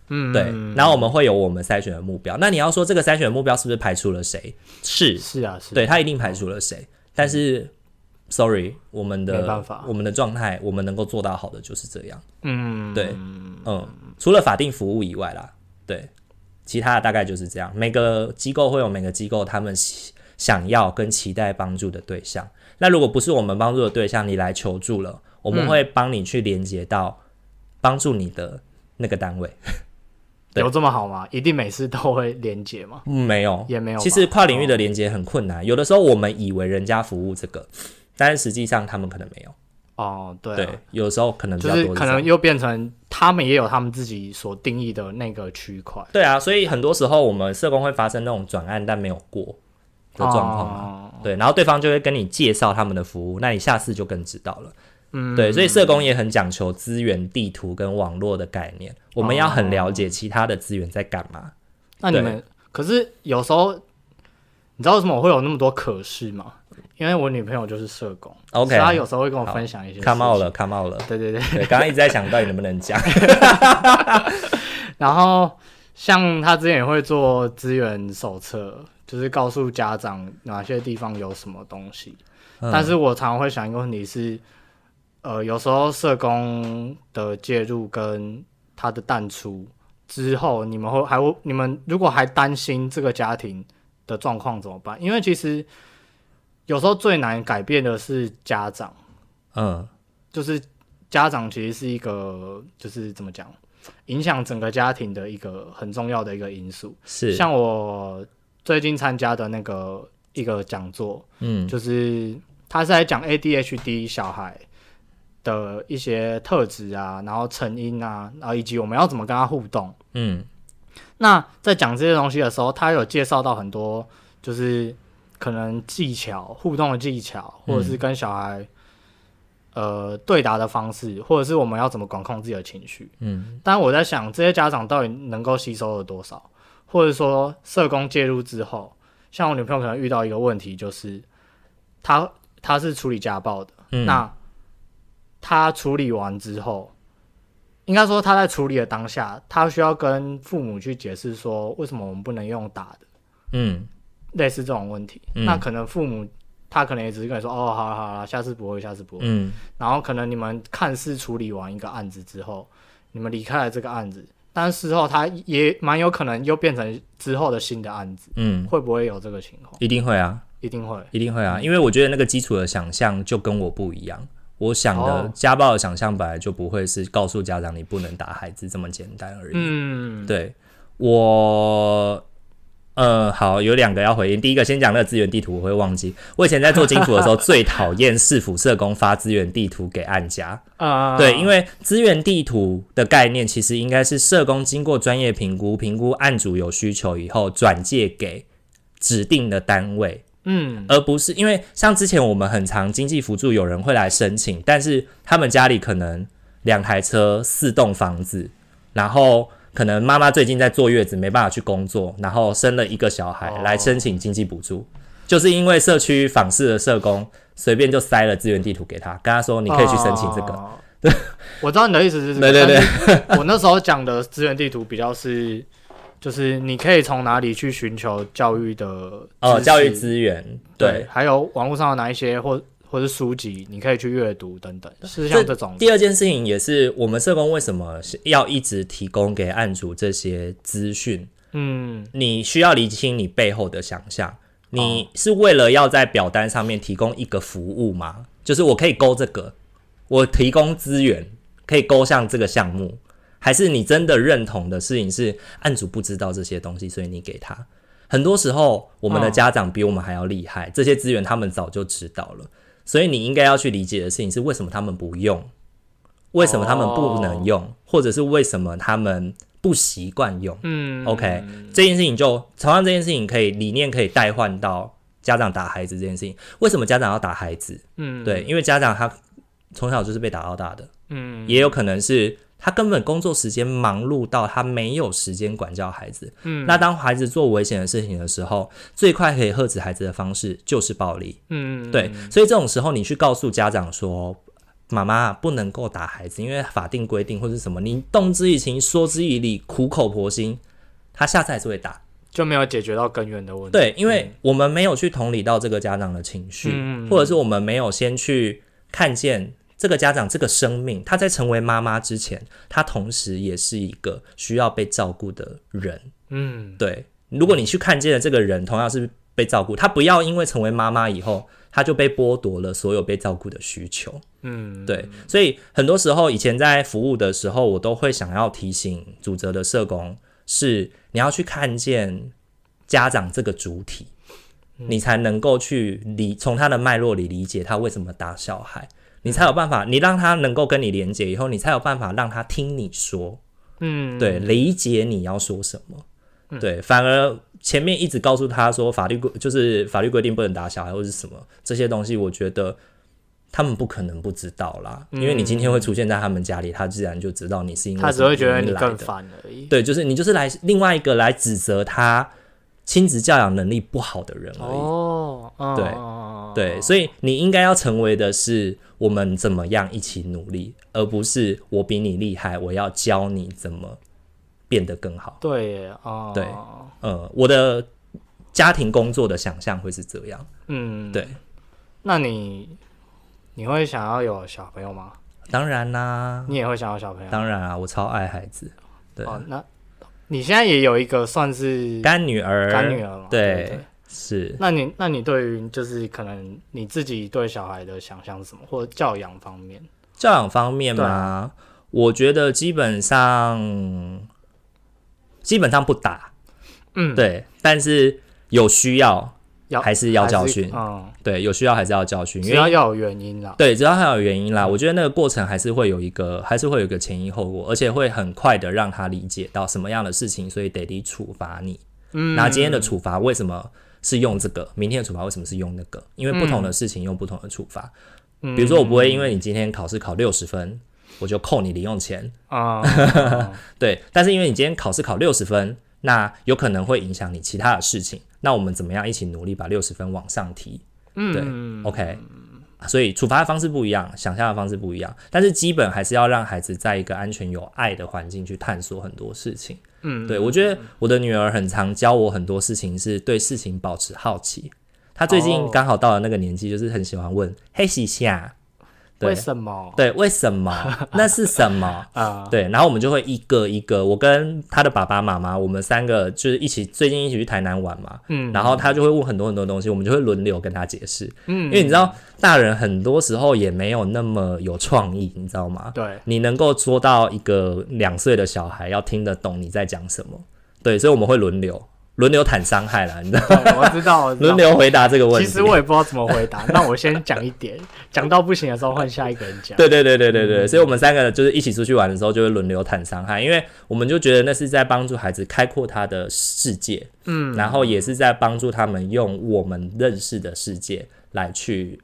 S1: 嗯，
S2: 对，然后我们会有我们筛选的目标。那你要说这个筛选的目标是不是排除了谁？是，
S1: 是啊，是啊，
S2: 对他一定排除了谁。但是，sorry，我们的
S1: 没办法
S2: 我们的状态，我们能够做到好的就是这样。
S1: 嗯，
S2: 对，嗯，除了法定服务以外啦，对，其他的大概就是这样。每个机构会有每个机构他们喜想要跟期待帮助的对象。那如果不是我们帮助的对象，你来求助了，我
S1: 嗯
S2: 们会帮你去连接到帮助你的那个单位。对
S1: 有这么好吗？一定每次都会连接吗？
S2: 嗯没有，
S1: 也没有吧。
S2: 其实跨领域的连接很困难，有的时候我们以为人家服务这个，但是实际上他们可能没有。
S1: 哦，对啊
S2: 对，有时候可能比
S1: 就
S2: 较多
S1: 是
S2: 这
S1: 可能
S2: 种
S1: 又变成他们也有他们自己所定义的那个区块
S2: 对啊，所以很多时候我们社工会发生那种转案但没有过的状况啊嘛。
S1: 嘛。
S2: 对，然后对方就会跟你介绍他们的服务，那你下次就更知道了。嗯，对，所以社工也很讲求资源、地图跟网络的概
S1: 哦
S2: 念，我们要很了解其他的资源在干嘛。
S1: 那你们可是有时候，你知道为什么我会有那么多可是吗？因为我女朋友就是社工
S2: OK，
S1: 所以她有时候会跟我分享一些。
S2: come out 了。，come out 了。
S1: 对对对，
S2: 对，刚刚一直在想到底能不能 讲。
S1: 然后像她之前也会做资源手册，就是告诉家长哪些地方有什么东西。
S2: 嗯
S1: 但是我常常会想一个问题是，呃，有时候社工的介入跟他的淡出之后，你们会还会你们如果还担心这个家庭的状况怎么办？因为其实有时候最难改变的是家长，
S2: 嗯
S1: 就是家长其实是一个就是怎么讲，影响整个家庭的一个很重要的一个因素。
S2: 是，
S1: 像我最近参加的那个一个讲座，
S2: 嗯
S1: 就是他是在讲 ADHD 小孩的一些特质啊，然后成因啊，然后以及我们要怎么跟他互动。
S2: 嗯
S1: 那在讲这些东西的时候，他有介绍到很多，就是可能技巧、互动的技巧，或者是跟小孩、呃对答的方式，或者是我们要怎么管控自己的情绪。
S2: 嗯
S1: 但我在想，这些家长到底能够吸收了多少，或者说社工介入之后，像我女朋友可能遇到一个问题，就是她她是处理家暴的，
S2: 嗯，
S1: 那她处理完之后，应该说她在处理的当下，她需要跟父母去解释说，为什么我们不能用打的，
S2: 嗯
S1: 类似这种问题，
S2: 嗯
S1: 那可能父母。他可能也只是跟你说，哦，好了好了，下次不会，下次不会。
S2: 嗯
S1: 然后可能你们看似处理完一个案子之后，你们离开了这个案子，但事后它也蛮有可能又变成之后的新的案子，
S2: 嗯，
S1: 会不会有这个情况？
S2: 一定会啊，
S1: 一定会。
S2: 一定会啊，因为我觉得那个基础的想象就跟我不一样。我想的
S1: 哦
S2: 家暴的想象本来就不会是告诉家长你不能打孩子这么简单而已。
S1: 嗯，
S2: 对我，呃，好，有两个要回应。第一个，先讲那个资源地图，我会忘记。我以前在做金主的 时候，最讨厌市府社工发资源地图给案家。
S1: 啊、
S2: 对，因
S1: 为
S2: 为资源地图的概念其实应该是社工经过专业评估，评估案主有需求以后转借给指定的单位。
S1: 嗯
S2: 而不是因为像之前我们很常经济辅助有人会来申请，但是他们家里可能两台车、四栋房子，然后可能妈妈最近在坐月子没办法去工作，然后生了一个小孩
S1: 哦
S2: 来申请经济补助，就是因为社区访视的社工随便就塞了资源地图给他，跟他说你可以去申请这个。
S1: 哦我知道你的意思是这个，
S2: 对对
S1: 对。我那时候讲的资源地图比较是，就是你可以从哪里去寻求教育的
S2: 哦，
S1: 知
S2: 教育
S1: 识
S2: 资源，
S1: 对
S2: 对，，
S1: 还有网络上的哪一些或或是书籍，你可以去阅读等等，是像这种的。
S2: 第二件事情也是我们社工为什么是要一直提供给案主这些资讯，
S1: 嗯
S2: 你需要理清你背后的想象。你是为了要在表单上面提供一个服务吗？就是我可以勾这个，我提供资源可以勾向这个项目，还是你真的认同的事情是案主不知道这些东西，所以你给他。很多时候，我们的
S1: 哦
S2: 家长比我们还要厉害，这些资源他们早就知道了，所以你应该要去理解的事情是为什么他们不用，为什么他们不能用，或者是为什么他们不习惯用。
S1: 嗯
S2: OK，这件事情就同样这件事情可以理念可以代换到家长打孩子这件事情。为什么家长要打孩子？
S1: 嗯，
S2: 对，因为家长他从小就是被打到大的，
S1: 嗯，
S2: 也有可能是他根本工作时间忙碌到他没有时间管教孩子。
S1: 嗯
S2: 那当孩子做危险的事情的时候，最快可以喝止孩子的方式就是暴力。
S1: 嗯，
S2: 对，所以这种时候你去告诉家长说。妈妈不能够打孩子，因为法定规定或是什么，你动之以情，说之以理，苦口婆心，他下次还是会打。
S1: 就没有解决到根源的问题。
S2: 对，因为我们没有去同理到这个家长的情绪，
S1: 嗯
S2: 或者是我们没有先去看见这个家长这个生命，他在成为妈妈之前，他同时也是一个需要被照顾的人。
S1: 嗯，
S2: 对，如果你去看见了这个人，同样是被照顾，他不要因为成为妈妈以后，他就被剥夺了所有被照顾的需求。
S1: 嗯，
S2: 对，所以很多时候以前在服务的时候，我都会想要提醒主责的社工是你要去看见家长这个主体，
S1: 嗯
S2: 你才能够去理从他的脉络里理解他为什么打小孩，你才有办
S1: 嗯
S2: 法，你让他能够跟你连接以后，你才有办法让他听你说，
S1: 嗯，
S2: 对，理解你要说什么。对，反而前面一直告诉他说法律规就是法律规定不能打小孩或是什么这些东西，我觉得他们不可能不知道啦，因为你今天会出现在他们家里，他自然就知道你是因为
S1: 嗯他
S2: 什
S1: 只
S2: 么
S1: 会觉得
S2: 原因
S1: 你
S2: 来
S1: 更
S2: 的。
S1: 烦而已。
S2: 对，就是你就是来另外一个来指责他亲子教养能力不好的人而已。
S1: 哦，嗯
S2: 对
S1: 嗯
S2: 对，所以你应该要成为的是我们怎么样一起努力，而不是我比你厉害，我要教你怎么变得更好。
S1: 对耶，哦，
S2: 对呃，我的家庭工作的想象会是这样。
S1: 嗯，
S2: 对。
S1: 那你你会想要有小朋友吗？
S2: 当然啦，
S1: 你也会想要小朋友？
S2: 当然啊，我超爱孩子，对，
S1: 哦，那你现在也有一个算是
S2: 干女儿，
S1: 干女儿嘛？对
S2: 对
S1: 不对。
S2: 是。
S1: 那你那你对于就是可能你自己对小孩的想象是什么，或者教养方面？
S2: 教养方面
S1: 对
S2: 嘛，我觉得基本上基本上不打，
S1: 嗯，
S2: 对，但是有需要
S1: 要
S2: 还是要教训，
S1: 嗯，
S2: 对，有需要还是要教训，
S1: 只
S2: 因为
S1: 要要有嗯原因啦。
S2: 对，只要还有原因啦，我觉得那个过程还是会有一个，还是会有一个前因后果，而且会很快的让他理解到什么样的事情，所以得得处罚你。
S1: 嗯，
S2: 那今天的处罚为什么是用这个？明天的处罚为什么是用那个？因为不同的事情用不同的处罚。
S1: 嗯
S2: 比如说，我不会因为你今天考试考六十分，我就扣你零用钱，
S1: 啊，
S2: 对。但是因为你今天考试考六十分，那有可能会影响你其他的事情。那我们怎么样一起努力把六十分往上提？对
S1: 嗯，
S2: OK，所以处罚的方式不一样，想象的方式不一样，但是基本还是要让孩子在一个安全、有爱的环境去探索很多事情。
S1: 嗯，
S2: 对我觉得我的女儿很常教我很多事情，是对事情保持好奇。她最近
S1: 哦
S2: 刚好到了那个年纪，就是很喜欢问“嘿西夏”，
S1: 为
S2: 对
S1: 什么？
S2: 对，为什么？那是 什么？
S1: 啊，
S2: 对，然后我们就会一个一个，我跟他的爸爸妈妈，我们三个就是一起最近一起去台南玩嘛，
S1: 嗯
S2: 然后他就会问很多很多东西，我们就会轮流跟他解释，
S1: 嗯
S2: 因为你知道大人很多时候也没有那么有创意，你知道吗？
S1: 对，
S2: 你能够说到一个两岁的小孩要听得懂你在讲什么，对，所以我们会轮流轮流谈伤害啦，你知道，
S1: 对我知道，我知道
S2: 轮。流回答这个问
S1: 其
S2: 题。
S1: 实我也不知道怎么回答， 那我先讲一点，讲到不行的时候换下一个人讲。
S2: 对对对对对
S1: 嗯
S2: 对，所以我们三个就是一起出去玩的时候，就会轮流谈伤害，因为我们就觉得那是在帮助孩子开阔他的世界，
S1: 嗯，
S2: 然后也是在帮助他们用我们认识的世界来去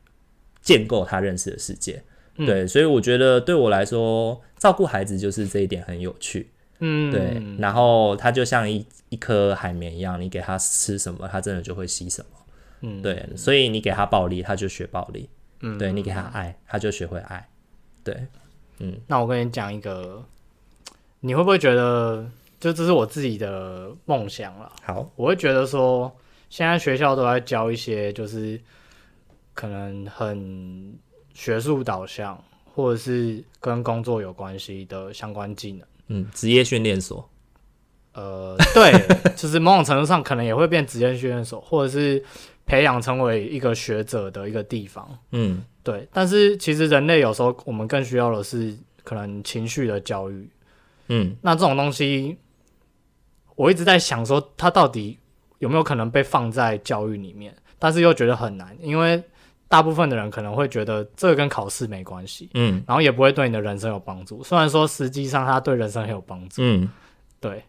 S2: 建构他认识的世界。
S1: 嗯
S2: 对，所以我觉得对我来说，照顾孩子就是这一点很有趣。
S1: 嗯，
S2: 对，然后他就像一一颗海绵一样，你给他吃什么，他真的就会吸什么。
S1: 嗯，
S2: 对，所以你给他暴力，他就学暴力；
S1: 嗯，
S2: 对你给他爱，他就学会爱。对，
S1: 那我跟你讲一个，你会不会觉得，就这是我自己的梦想啦？
S2: 好。
S1: 我会觉得说，现在学校都在教一些，就是可能很学术导向，或者是跟工作有关系的相关技能。
S2: 嗯，职业训练所，
S1: 呃，对， 就是某种程度上可能也会变职业训练所，或者是培养成为一个学者的一个地方。
S2: 嗯
S1: 对，但是其实人类有时候我们更需要的是可能情绪的教育，
S2: 嗯
S1: 那这种东西，我一直在想说，它到底有没有可能被放在教育里面？但是又觉得很难，因为大部分的人可能会觉得这个跟考试没关系，
S2: 嗯
S1: 然后也不会对你的人生有帮助。虽然说实际上它对人生很有帮助，
S2: 嗯，
S1: 对。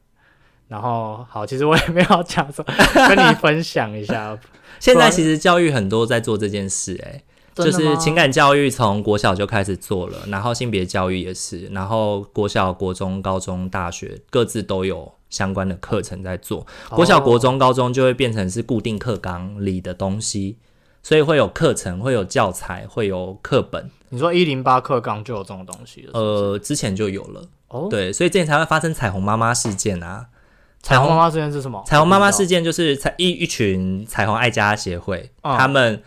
S1: 然后好，其实我也没有讲说跟 你分享一下，
S2: 现在其实教育很多在做这件事、欸，哎，就
S1: 真的
S2: 是
S1: 吗
S2: 情感教育从国小就开始做了，然后性别教育也是，然后国小、国中、高中、大学各自都有相关的课程在做。国
S1: 哦
S2: 小、国中、高中就会变成是固定课纲里的东西，所以会有课程，会有教材，会有课本。
S1: 你说一零八课纲就有这种东西了，
S2: 呃，之前就有了，
S1: 哦，
S2: 对，所以之前才会发生彩虹妈妈事件啊。
S1: 彩虹妈妈之间是什么？
S2: 彩虹妈妈事
S1: 是
S2: 件就是彩一一群彩虹爱家协会，
S1: 嗯
S2: 他们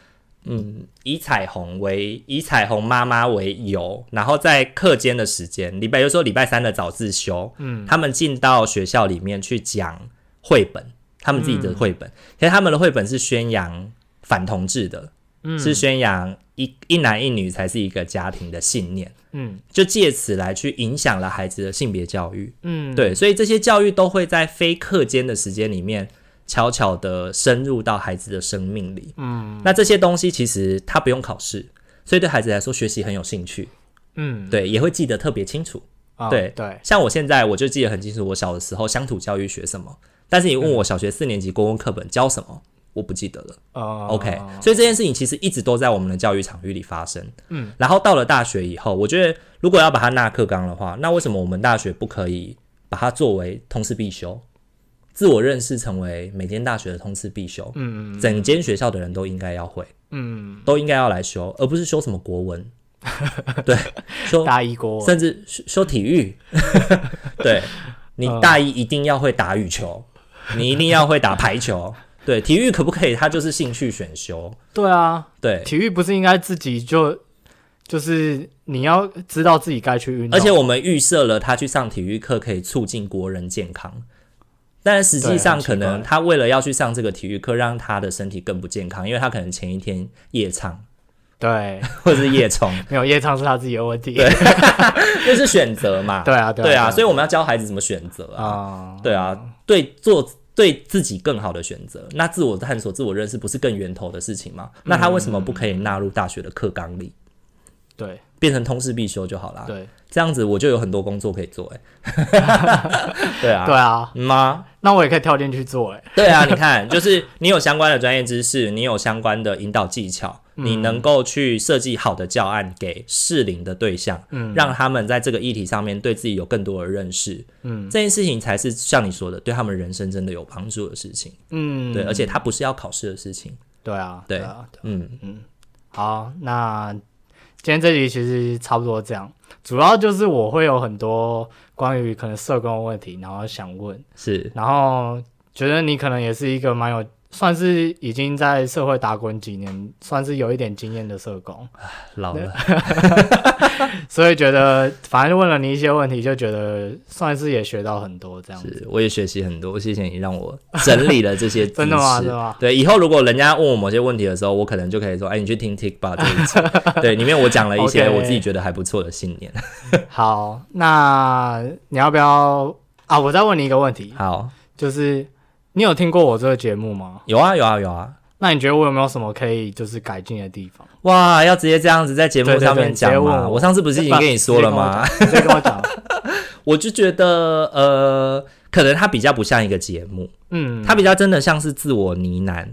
S2: 嗯以彩虹为以彩虹妈妈为由，然后在课间的时间，礼拜就说礼拜三的早自修，
S1: 嗯
S2: 他们进到学校里面去讲绘本，他们自己的绘本，其实他们的绘本是宣扬反同志的，
S1: 嗯
S2: 是宣扬一一男一女才是一个家庭的信念，
S1: 嗯
S2: 就借此来去影响了孩子的性别教育。
S1: 嗯，
S2: 对，所以这些教育都会在非课间的时间里面，悄悄的深入到孩子的生命里。
S1: 嗯
S2: 那这些东西其实他不用考试，所以对孩子来说学习很有兴趣，
S1: 嗯
S2: 对，也会记得特别清楚。
S1: 啊
S2: 对
S1: 对，
S2: 像我现在我就记得很清楚，我小的时候乡土教育学什么，但是你问我小学四年级国文课本教什么，我不记得了。
S1: 呃
S2: OK，所以这件事情其实一直都在我们的教育场域里发生。
S1: 嗯，
S2: 然后到了大学以后，我觉得如果要把它纳课纲的话，那为什么我们大学不可以把它作为通识必修？自我认识成为每间大学的通识必修，
S1: 嗯
S2: 整间学校的人都应该要会，
S1: 嗯，
S2: 都应该要来修，而不是修什么 国文，对，修
S1: 大一锅
S2: 甚至修修 体育，对你
S1: 嗯
S2: 大一一定要会打羽球，你一定要会打排球，对，体育可不可以？它就是兴趣选修，
S1: 对啊，
S2: 对，
S1: 体育不是应该自己就就是你要知道自己该去运动，
S2: 而且我们预设了他去上体育课可以促进国人健康，但实际
S1: 对很
S2: 上
S1: 奇怪
S2: 可能他为了要去上这个体育课，让他的身体更不健康，因为他可能前一天夜唱
S1: 对，
S2: 或者是夜 冲，
S1: 没有夜唱是他自己的问题，
S2: 对这是选择嘛？
S1: 对啊
S2: 对啊，所以
S1: 以
S2: 我们要教孩子怎么选择啊？
S1: 啊
S2: 对啊，对做。对自己更好的选择，那自我探索、自我认识不是更源头的事情吗？
S1: 嗯
S2: 那他为什么不可以纳入大学的课纲里，
S1: 对
S2: 变成通识必修就好啦？
S1: 对
S2: 这样子我就有很多工作可以 做、欸，哎，对啊，
S1: 对啊，
S2: 嗯吗？
S1: 那我也可以跳进去做哎，
S2: 对啊，你看，就是你有相关的专业知识，你有相关的引导技巧，
S1: 嗯
S2: 你能够去设计好的教案给适龄的对象，
S1: 嗯
S2: 让他们在这个议题上面对自己有更多的认识，
S1: 嗯
S2: 这件事情才是像你说的，对他们人生真的有帮助的事情。
S1: 嗯，
S2: 对，而且它不是要考试的事情。
S1: 对啊
S2: 对
S1: 啊，
S2: 嗯，
S1: 好，那今天这集其实差不多这样，主要就是我会有很多关于可能社工的问题，然后想问，
S2: 是，
S1: 然后觉得你可能也是一个蛮有，算是已经在社会打滚几年，算是有一点经验的社工，
S2: 老了，
S1: 所以觉得反正问了你一些问题，就觉得算是也学到很多这样子。
S2: 是，我也学习很多，谢谢你让我整理了 这些
S1: 真的吗？
S2: 知
S1: 真
S2: 识
S1: 的吗？
S2: 对，以后如果人家问我某些问题的时候，我可能就可以说，哎，你去听 Tik Bar 这 一集，对，里面我讲了一些
S1: OK
S2: 我自己觉得还不错的信念。
S1: 好，那你要不要啊？我再问你一个问题，
S2: 好，
S1: 就是你有听过我这个节目吗？
S2: 有啊，有啊，有啊。
S1: 那你觉得我有没有什么可以就是改进的地方？
S2: 哇，要直接这样子在节目
S1: 对对
S2: 上
S1: 对
S2: 面
S1: 直接
S2: 讲吗？
S1: 问我
S2: 我上次不是已经跟你说了吗？
S1: 直接跟我 讲？直接跟我讲，
S2: 我就觉得，呃，可能它比较不像一个节目，
S1: 嗯，
S2: 它比较真的像是自我呢喃。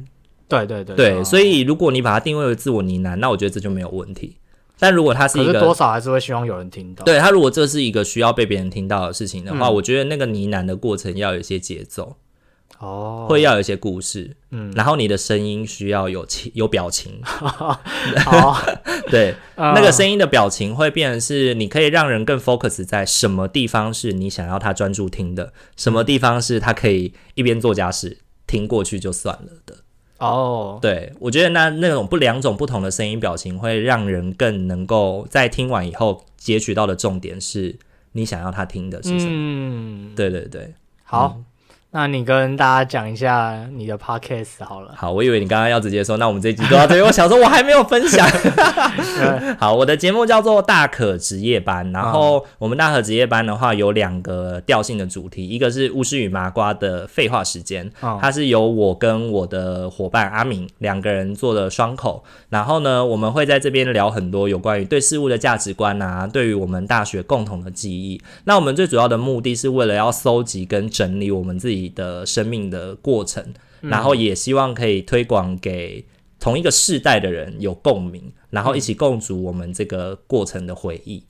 S1: 对对啊对
S2: 对，所
S1: 以
S2: 以如果你把它定位为自我呢喃，那我觉得这就没有问题。但如果它是
S1: 可
S2: 一
S1: 是
S2: 个
S1: 多少还是会希望有人听到。
S2: 对他，如果这是一个需要被别人听到的事情的话，
S1: 嗯
S2: 我觉得那个呢喃的过程要有一些节奏，
S1: 哦，
S2: 会要有一些故事，
S1: 嗯，
S2: 然后你的声音需要有情 有 表情，
S1: 好，
S2: 对，
S1: 呃
S2: 那个声音的表情会变成是，你可以让人更 focus 在什么地方是你想要他专注听的，什么地方是他可以一边做家事听过去就算了的。
S1: 哦，
S2: 对我觉得那那种不两种不同的声音表情，会让人更能够在听完以后截取到的重点是你想要他听的是什么。
S1: 嗯，
S2: 对对对，
S1: 好，那你跟大家讲一下你的 podcast 好了。
S2: 好，我以为你刚刚要直接说，那我们这集就到这里。我想说，我还没有分享。好，我的节目叫做大可职业班，然后我们大可职业班的话有两个调性的主题，一个是巫师与麻瓜的废话时间，
S1: 哦，
S2: 它是由我跟我的伙伴阿敏两个人做的双口，然后呢，我们会在这边聊很多有关于对事物的价值观啊，对于我们大学共同的记忆。那我们最主要的目的是为了要搜集跟整理我们自己的生命的过程，然后也希望可以推广给同一个世代的人有共鸣，然后一起共筑我们这个过程的回忆。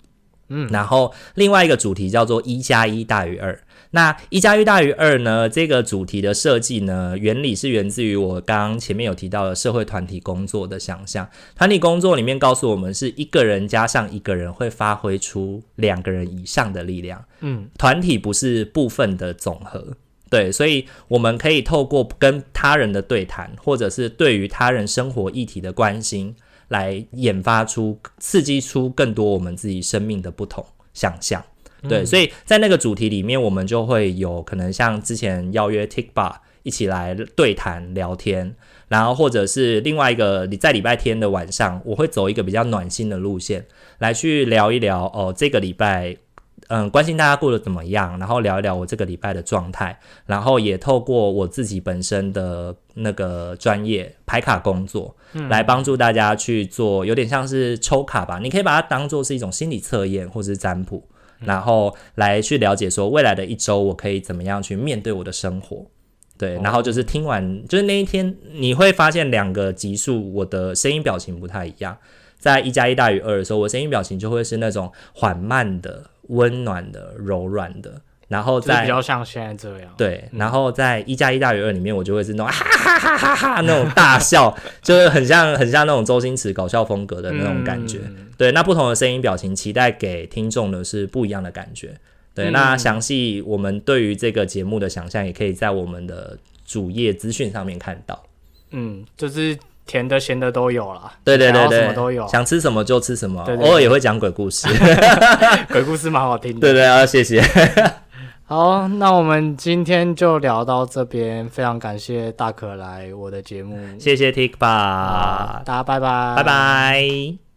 S2: 嗯，然后另外一个主题叫做“一加一大于二”。那“一加一大于二”呢？这个主题的设计呢，原理是源自于我刚刚前面有提到的社会团体工作的想象。团体工作里面告诉我们，是一个人加上一个人会发挥出两个人以上的力量。
S1: 嗯，
S2: 团体不是部分的总和。对，所以我们可以透过跟他人的对谈，或者是对于他人生活议题的关心，来研发出、刺激出更多我们自己生命的不同想象。对，所以在那个主题里面，我们就会有可能像之前邀约 Tik Bar 一起来对谈聊天，然后或者是另外一个你在礼拜天的晚上，我会走一个比较暖心的路线，来去聊一聊哦，这个礼拜。嗯，关心大家过得怎么样，然后聊一聊我这个礼拜的状态，然后也透过我自己本身的那个专业排卡工作，来帮助大家去做，有点像是抽卡吧，你可以把它当做是一种心理测验或是占卜，然后来去了解说未来的一周我可以怎么样去面对我的生活。对，然后就是听完，就是那一天你会发现两个级数，我的声音表情不太一样。在一加一大于二的时候，我声音表情就会是那种缓慢的、温暖的、柔软的。然后
S1: 就是
S2: 在
S1: 比较像现在这样。
S2: 对，然后在一加一大于二里面，我就会是那种哈哈哈哈哈那种大笑，就是很像很像那种周星驰搞笑风格的那种感觉。
S1: 嗯
S2: 对，那不同的声音表情，期待给听众的是不一样的感觉。对，
S1: 嗯
S2: 那详细我们对于这个节目的想象，也可以在我们的主页资讯上面看到。
S1: 嗯，就是甜的咸的都有啦。
S2: 对对
S1: 想
S2: 对
S1: 要
S2: 对，
S1: 什么都有。
S2: 想吃什么就吃什么，
S1: 对对对
S2: 偶尔也会讲鬼故事。
S1: 鬼故事蛮好听的。
S2: 对对啊，谢谢。
S1: 好，那我们今天就聊到这边，非常感谢大可来我的节目，
S2: 谢谢 Tik
S1: 好
S2: a
S1: 大家拜拜，
S2: 拜。拜。